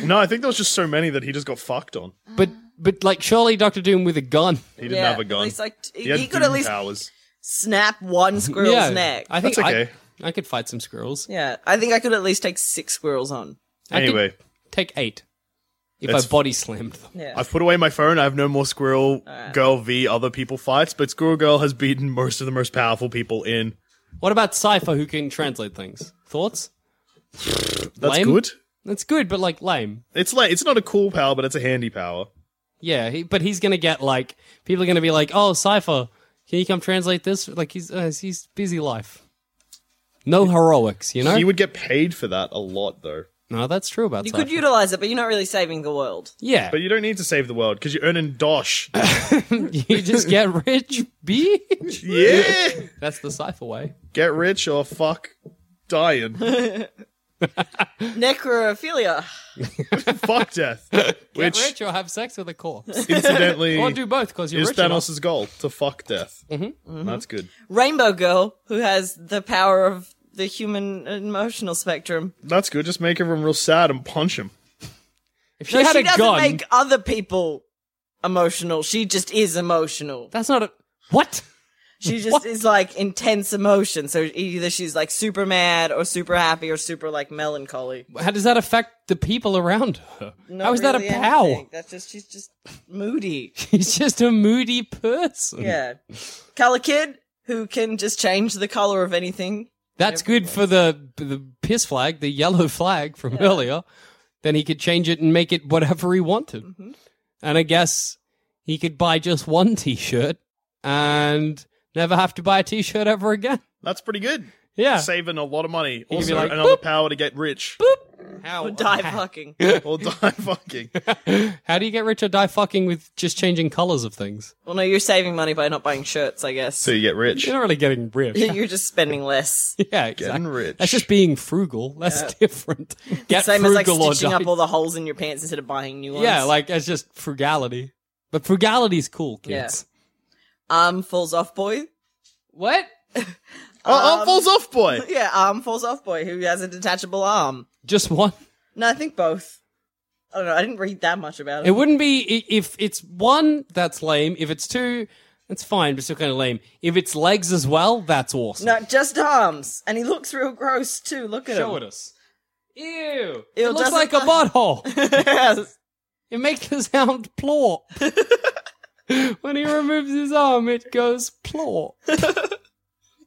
S4: No, I think there was just so many that he just got fucked on.
S2: But but like, surely Doctor Doom with a gun.
S4: He didn't
S3: Yeah,
S4: have a gun.
S3: at least, like, t-
S4: he had
S3: he could
S4: Doom
S3: at least-
S4: powers.
S3: Snap one squirrel's
S2: yeah,
S3: neck.
S2: I think
S4: That's
S2: I-
S4: okay.
S2: I, could fight some squirrels.
S3: yeah, I think I could at least take six squirrels on.
S2: I could
S4: Anyway,
S2: take eight if
S4: That's-
S2: I body slammed them.
S3: Yeah.
S4: I've put away my phone. I have no more Squirrel Girl v other people fights, but Squirrel Girl has beaten most of the most powerful people in.
S2: What about Cypher who can translate things? Thoughts?
S4: That's
S2: Lame?
S4: good.
S2: That's good, but like lame.
S4: It's like it's not a cool power, but it's a handy power.
S2: Yeah, he, but he's gonna get like people are gonna be like, "Oh, Cipher, can you come translate this?" Like he's uh, he's busy life. No heroics, you know.
S4: He would get paid for that a lot, though.
S2: no, that's true about
S3: You
S2: Cypher.
S3: could utilize it, but you're not really saving the world.
S2: yeah,
S4: But you don't need to save the world because you're earning dosh.
S2: you just get rich, bitch.
S4: yeah,
S2: That's the Cipher way.
S4: get rich or fuck dying.
S3: Necrophilia.
S4: fuck death.
S2: Get
S4: Which
S2: rich or have sex with a corpse,
S4: incidentally
S2: or do both because you're
S4: is
S2: rich. enough.
S4: Thanos' goal to fuck death. Mm-hmm. That's good.
S3: Rainbow Girl, who has the power of the human emotional spectrum.
S4: That's good. Just make everyone real sad and punch him.
S2: If she
S3: No,
S2: had
S3: she
S2: a
S3: doesn't
S2: gun,
S3: make other people emotional. She just is emotional.
S2: that's not a what.
S3: She just is like intense emotion. So either she's like super mad or super happy or super like melancholy.
S2: How does that affect the people around her?
S3: Not
S2: How is that a
S3: really
S2: pow?
S3: anything. That's just she's just moody.
S2: He's just a moody person.
S3: Yeah. Color kid who can just change the color of anything.
S2: That's good for the the piss flag, the yellow flag from earlier. Then he could change it and make it whatever he wanted.
S3: Mm-hmm.
S2: And I guess he could buy just one T-shirt and never have to buy a T-shirt ever again.
S4: That's pretty good.
S2: Yeah.
S4: Saving a lot of money.
S2: be
S4: Also,
S2: like,
S4: another
S2: boop.
S4: power to get rich
S2: How
S3: Or die fucking.
S4: or die fucking.
S2: How do you get rich or die fucking with just changing colors of things?
S3: Well, no, you're saving money by not buying shirts, I guess.
S4: So you get rich.
S2: You're not really getting rich.
S3: You're just spending less.
S2: yeah,
S4: Getting
S2: exactly.
S4: rich.
S2: That's just being frugal. That's different. Get
S3: Same as like
S2: frugal or
S3: stitching
S2: die.
S3: up all the holes in your pants instead of buying new ones.
S2: Yeah, like it's just frugality. But frugality's cool, kids.
S3: arm Um, falls off boy.
S2: What?
S4: oh,
S2: um,
S4: arm falls off, boy.
S3: Yeah, arm falls off boy who has a detachable arm.
S2: Just one.
S3: No, I think both. I don't know. I didn't read that much about it.
S2: It wouldn't be i- if it's one. That's lame. If it's two, that's fine, but still kind of lame. If it's legs as well, that's awesome.
S3: no, just arms, and he looks real gross too. Look at
S2: Show it
S3: him.
S2: us. Ew! It,
S3: Ew,
S2: looks
S3: doesn't
S2: like a
S3: that-
S2: butthole.
S3: Yes.
S2: it makes the sound plorp. when he removes his arm, it goes plorp.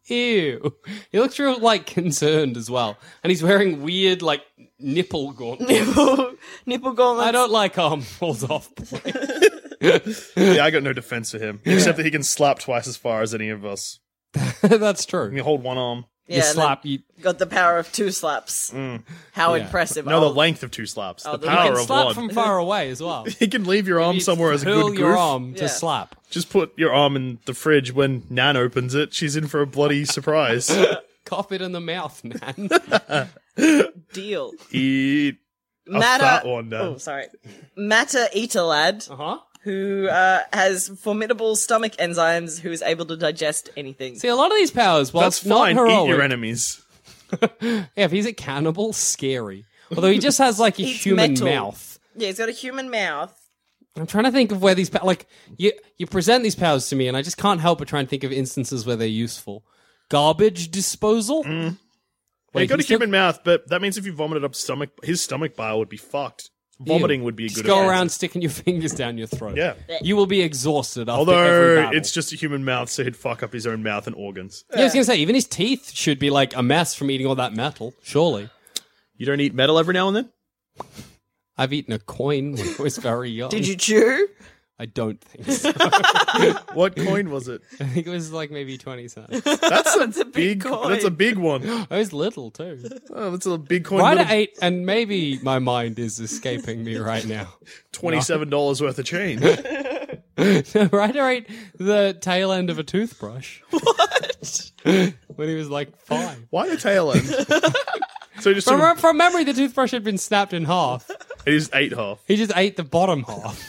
S2: Ew! He looks real like concerned as well, and he's wearing weird like nipple gauntlets.
S3: nipple, nipple gauntlets.
S2: I don't like arm falls off.
S4: Yeah, I got no defense for him except that he can slap twice as far as any of us.
S2: That's
S4: He
S2: true.
S4: can hold one arm.
S3: Yeah,
S2: you
S3: and
S2: slap you.
S3: then got the power of two slaps. How impressive!
S4: Mm. No,
S3: Oh,
S4: the length of two slaps.
S3: Oh,
S4: the
S3: the length.
S4: power
S2: and
S4: of
S2: slap
S4: one.
S2: from far away as well.
S4: he can leave your arm
S2: You
S4: somewhere as a
S2: hurl
S4: good goof.
S2: your arm to
S3: Yeah.
S2: slap.
S4: Just put your arm in the fridge when Nan opens it. She's in for a bloody surprise.
S2: Cough it in the mouth, man.
S3: deal.
S4: Eat.
S3: Matter.
S4: fat one, Dan.
S3: oh, sorry. Matter eater lad.
S2: huh?
S3: who uh, has formidable stomach enzymes who is able to digest anything.
S2: See, a lot of these powers,
S4: That's
S2: whilst not
S4: fine. Eat your
S2: heroic,
S4: enemies.
S2: yeah, if he's a cannibal, scary. Although he just has like a
S3: Eats
S2: human
S3: metal.
S2: mouth.
S3: yeah, he's got a human mouth.
S2: I'm trying to think of where these pow- like you you present these powers to me, and I just can't help but try and think of instances where they're useful. Garbage disposal.
S4: Mm, Well, he
S2: Wait,
S4: got a
S2: he still-
S4: human mouth, but that means if you vomited up stomach, his stomach bile would be fucked. Vomiting
S2: Ew.
S4: would be a
S2: just
S4: good.
S2: go
S4: offense.
S2: around sticking your fingers down your throat.
S4: Yeah.
S2: you will be exhausted. After every
S4: Although
S2: battle.
S4: it's just a human mouth, so he'd fuck up his own mouth and organs.
S2: Yeah, I was gonna say, even his teeth should be like a mess from eating all that metal. Surely,
S4: You don't eat metal every now and then.
S2: I've eaten a coin when I was very young.
S3: Did you chew?
S2: I don't think so.
S4: What coin was it?
S2: I think it was like maybe twenty cents.
S4: That's a,
S3: a big
S4: big.
S3: coin.
S4: That's a big one.
S2: I was little too.
S4: Oh, that's a big coin.
S2: Right
S4: little
S2: at eight, and maybe my mind is escaping me right now.
S4: Twenty-seven dollars worth of change.
S2: right at eight, the tail end of a toothbrush. What? when he was like five.
S4: Why the tail end? so he just took a-
S2: From, from memory, the toothbrush had been snapped in half.
S4: he just ate half.
S2: He just ate the bottom half.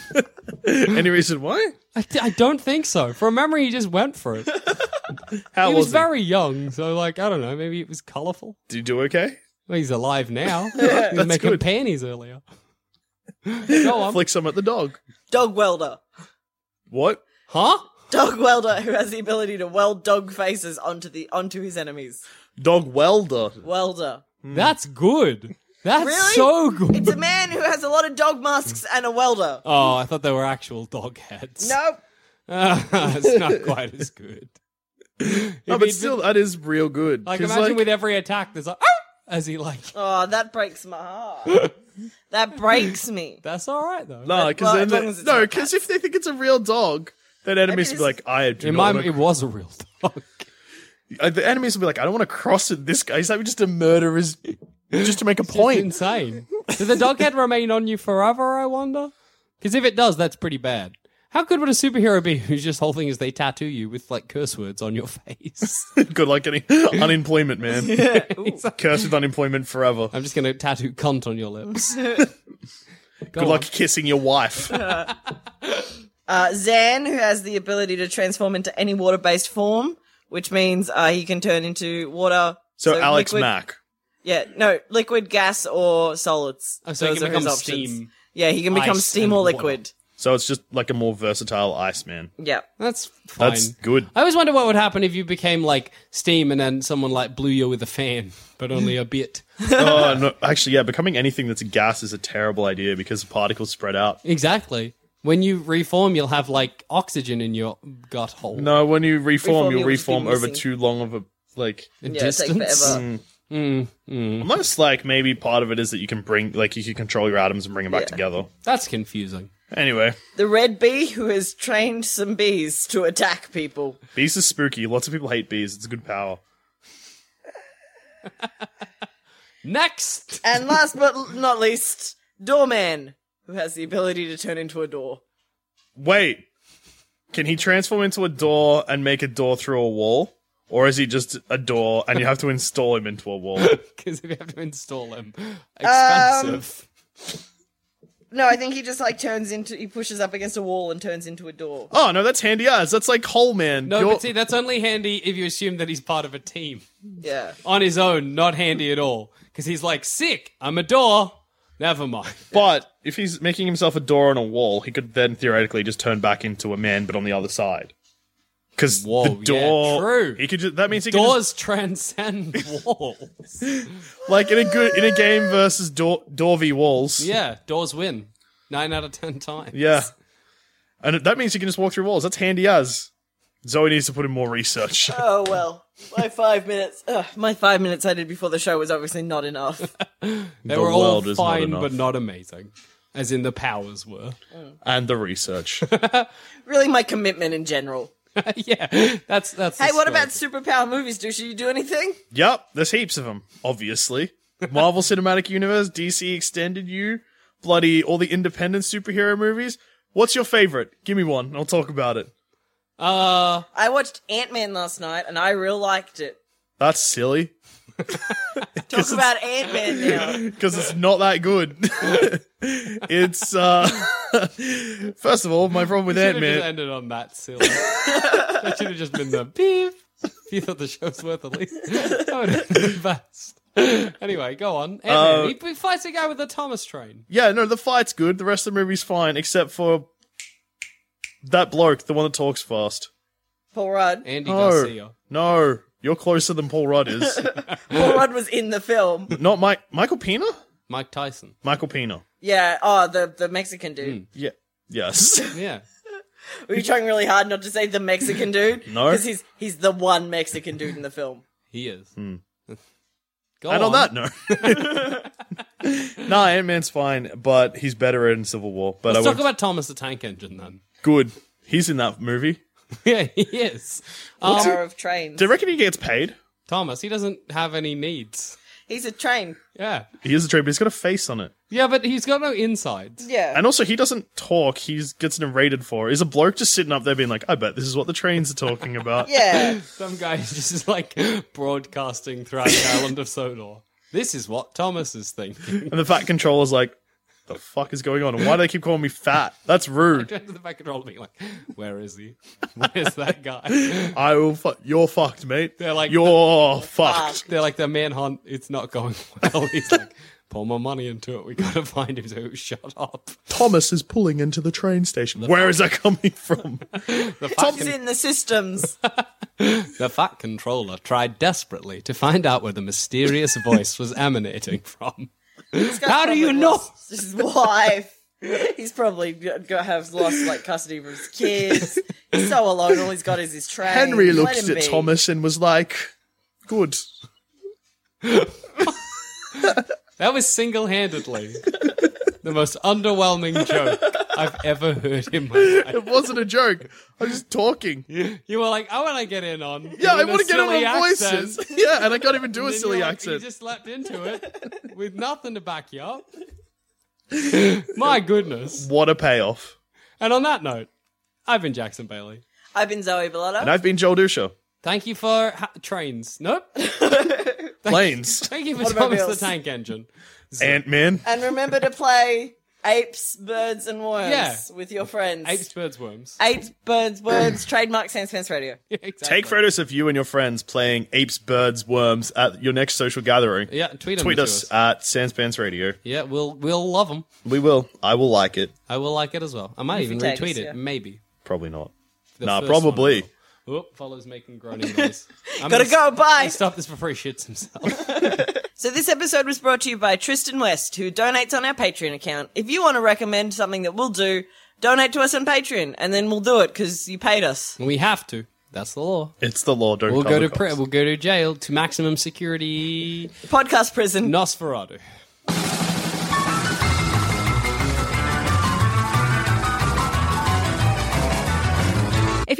S4: Any reason why?
S2: I, d- I don't think so. From memory, he just went for it.
S4: How
S2: he was
S4: was, he?
S2: very young, so like I don't know. Maybe it was colourful.
S4: Did you do okay?
S2: Well, he's alive now. he was making
S4: good.
S2: panties earlier. Go on,
S4: Flick some at the dog.
S3: Dog welder.
S4: What?
S2: huh?
S3: Dog welder who has the ability to weld dog faces onto the onto his enemies.
S4: Dog welder.
S3: Welder.
S2: That's good. That's
S3: Really?
S2: so good.
S3: It's a man who has a lot of dog masks and a welder.
S2: oh, I thought they were actual dog heads.
S3: Nope.
S2: it's not quite as good.
S4: No, but still, that is real good.
S2: Like
S4: 'Cause,
S2: imagine
S4: like,
S2: with every attack, there's like, oh, as he like.
S3: Oh, that breaks my heart. that breaks me.
S2: That's all right though.
S4: No,
S3: Well,
S4: because then
S3: as
S4: they-
S3: long as it's
S4: no,
S3: not
S4: because if they think it's a real dog, then enemies will be like, I do
S2: In
S4: not
S2: my,
S4: wanna-
S2: it was a real dog.
S4: Uh, the enemies will be like, I don't want to cross with this guy. He's like just to murder his, just to make a
S2: It's
S4: point.
S2: insane. Does the dog head remain on you forever? I wonder. Because if it does, that's pretty bad. How good would a superhero be who's just whole thing is they tattoo you with like curse words on your face?
S4: Good luck getting unemployment, man. Cursed with unemployment forever.
S2: I'm just gonna tattoo cunt on your lips. Go
S4: Good
S2: on.
S4: luck kissing your wife.
S3: Uh, Zan, who has the ability to transform into any water-based form, which means uh, he can turn into water.
S4: So Alex
S3: liquid-
S4: Mack.
S3: Yeah, no, liquid, gas, or solids.
S2: Oh, so he
S3: Those
S2: can
S3: are his
S2: become
S3: options.
S2: steam,
S3: Yeah, he can become
S2: ice,
S3: steam
S2: and
S3: or
S2: water.
S3: liquid.
S4: So it's just like a more versatile Iceman.
S3: Yeah.
S2: That's fine.
S4: That's good.
S2: I always wonder what would happen if you became like steam and then someone like blew you with a fan, but only a bit.
S4: oh, no, actually, yeah, becoming anything that's a gas is a terrible idea because the particles spread out.
S2: Exactly. When you reform, you'll have like oxygen in your gut hole.
S4: No, when you reform,
S3: Reform,
S4: you'll
S3: you'll just be
S4: reform over
S3: missing.
S4: too long of a like.
S2: A
S3: Yeah, it'd take forever.
S4: Unless like maybe part of it is that you can bring like you can control your atoms and bring them back
S3: Yeah.
S4: together.
S2: That's confusing.
S4: Anyway,
S3: The red bee who has trained some bees to attack people.
S4: bees are spooky. Lots of people hate bees. It's a good power.
S2: Next,
S3: And last but l- not least, Doorman, who has the ability to turn into a door.
S4: Wait, can he transform into a door and make a door through a wall, or is he just a door and you have to install him into a wall?
S2: because if you have to install them,
S3: Um,
S2: expensive.
S3: No, I think he just like turns into, he pushes up against a wall and turns into a door.
S4: Oh no, that's handy as. That's like Hole Man.
S2: no,
S4: You're-
S2: but see, that's only handy if you assume that he's part of a team.
S3: Yeah.
S2: On his own, not handy at all, because he's like sick. I'm a door. Never mind.
S4: but if he's making himself a door on a wall, he could then theoretically just turn back into a man, but on the other side. Because
S2: Whoa,
S4: the
S2: yeah,
S4: door,
S2: true.
S4: He could. Just, that means he could just-
S2: Doors transcend walls.
S4: like in a good in a game versus door door v walls.
S2: yeah, doors win nine out of ten times.
S4: Yeah. And that means you can just walk through walls. That's handy as. Zoe needs to put in more research.
S3: Oh well. My five minutes, ugh, my five minutes I did before the show was obviously not enough.
S2: They
S4: The
S2: were all
S4: world is not
S2: fine,
S4: enough.
S2: but not amazing, as in the powers were.
S4: and the research.
S3: really, my commitment in general.
S2: yeah, that's that's. the
S3: Hey, what
S2: story.
S3: about superpower movies? Do you do anything?
S4: yep, there's heaps of them, obviously. Marvel Cinematic Universe, DC Extended U, bloody all the independent superhero movies. What's your favorite? Give me one, and I'll talk about it.
S2: Uh,
S3: I watched Ant Man last night and I real liked it.
S4: That's silly,
S3: Talk about Ant Man now.
S4: because it's not that good. it's, uh. First of all, my problem with
S2: should
S4: Ant
S2: have just
S4: Man.
S2: ended on that silly. that should have just been the beep. If you thought the show's worth at least, that would have been the best. Anyway, go on.
S4: Uh,
S2: Ant-Man, he, he fights a guy with a Thomas train.
S4: Yeah, no, the fight's good. The rest of the movie's fine, except for that bloke, the one that talks fast.
S3: Paul Rudd.
S2: Andy
S4: No,
S2: Garcia.
S4: no, you're closer than Paul Rudd is.
S3: Paul Rudd was in the film.
S4: Not Mike. Michael Pena.
S2: Mike Tyson.
S4: Michael Pena.
S3: Yeah. Oh, the the Mexican dude.
S4: Yeah. Yes.
S2: Yeah. Hmm.
S3: Were you trying really hard not to say the Mexican dude?
S4: No.
S3: because he's he's the one Mexican dude in the film.
S2: He is.
S4: Hmm.
S2: Go
S4: and on that note, nah, Ant Man's fine, but he's better in Civil War. But
S2: Let's
S4: I
S2: talk
S4: would
S2: about Thomas the Tank Engine then.
S4: good. He's in that movie.
S2: yeah, he is.
S3: Power of trains.
S4: Do you reckon he gets paid?
S2: Thomas, he doesn't have any needs.
S3: He's a train.
S2: Yeah.
S4: He is a trade, but he's got a face on it.
S2: Yeah, but he's got no insides.
S3: Yeah.
S4: And also, he doesn't talk. He gets narrated for. Is a bloke just sitting up there being like, "I bet this is what the trains are talking about."
S3: Yeah.
S2: Some guy is just like broadcasting throughout the island of Sodor. This is what Thomas is thinking.
S4: And the fat controller's like, "The fuck is going on? And why do they keep calling me fat? That's rude."
S2: Turns to the back and roll being like, where is he? Where's that guy?
S4: I will. Fu- you're fucked, mate.
S2: They're like-
S4: you're fucked.
S2: They're like, the manhunt, it's not going well. He's like, pour more money into it. We gotta find him. So shut up.
S4: Thomas is pulling into the train station. Where is that coming from?
S2: The fat,
S3: He's in the systems.
S2: the fat controller tried desperately to find out where the mysterious voice was emanating from. How do you know?
S3: His wife. He's probably got have lost like custody of his kids. He's so alone. All he's got is his train.
S4: Henry
S3: Let
S4: looked
S3: him
S4: at
S3: be.
S4: Thomas and was like, "Good."
S2: That was single handedly the most underwhelming joke I've ever heard in my life.
S4: It wasn't a joke. I was just talking.
S2: You were like, I want to get in on.
S4: Yeah, I
S2: doing a
S4: want to get in
S2: silly
S4: on
S2: accent.
S4: voices. Yeah, and I can't even do a
S2: And then
S4: silly
S2: you're like- You
S4: accent.
S2: just leapt into it with nothing to back you up. My goodness.
S4: What a payoff.
S2: And on that note, I've been Jackson Bailey.
S3: I've been Zoe
S4: And
S3: Bellotto.
S4: I've been Joel Dusha.
S2: Thank you for ha- trains. Nope.
S4: Planes.
S2: Thank you for
S3: Automobiles.
S2: Thomas the Tank Engine.
S4: Ant Man.
S3: And remember to play apes, birds, and worms
S2: Yeah.
S3: with your friends.
S2: Apes, birds, worms.
S3: Apes, birds, worms. trademark Sans Pants Radio.
S2: Exactly.
S4: Take photos of you and your friends playing apes, birds, worms at your next social gathering.
S2: Yeah, tweet, 'em
S4: Tweet
S2: to
S4: us Uh, at Sanspans Radio.
S2: Yeah, we'll we'll love them.
S4: We will. I will like it.
S2: I will like it as well. I might
S3: If you
S2: even
S3: tag
S2: retweet
S3: us,
S2: it.
S3: yeah.
S2: Maybe.
S4: Probably not.
S2: The
S4: Nah,
S2: first one I
S4: probably.
S2: will. Oh, followers making groaning noise. I'm
S3: Gotta
S2: gonna
S3: go.
S2: s-
S3: Bye.
S2: Stop this before he shits himself.
S3: So this episode was brought to you by Tristan West, who donates on our Patreon account. If you want to recommend something that we'll do, donate to us on Patreon, and then we'll do it because you paid us.
S2: we have to. That's the law.
S4: It's the law. Don't
S2: We'll
S4: call
S2: go
S4: the
S2: to pre-
S4: cops.
S2: we'll go to jail to maximum security.
S3: Podcast prison.
S2: Nosferatu.
S8: If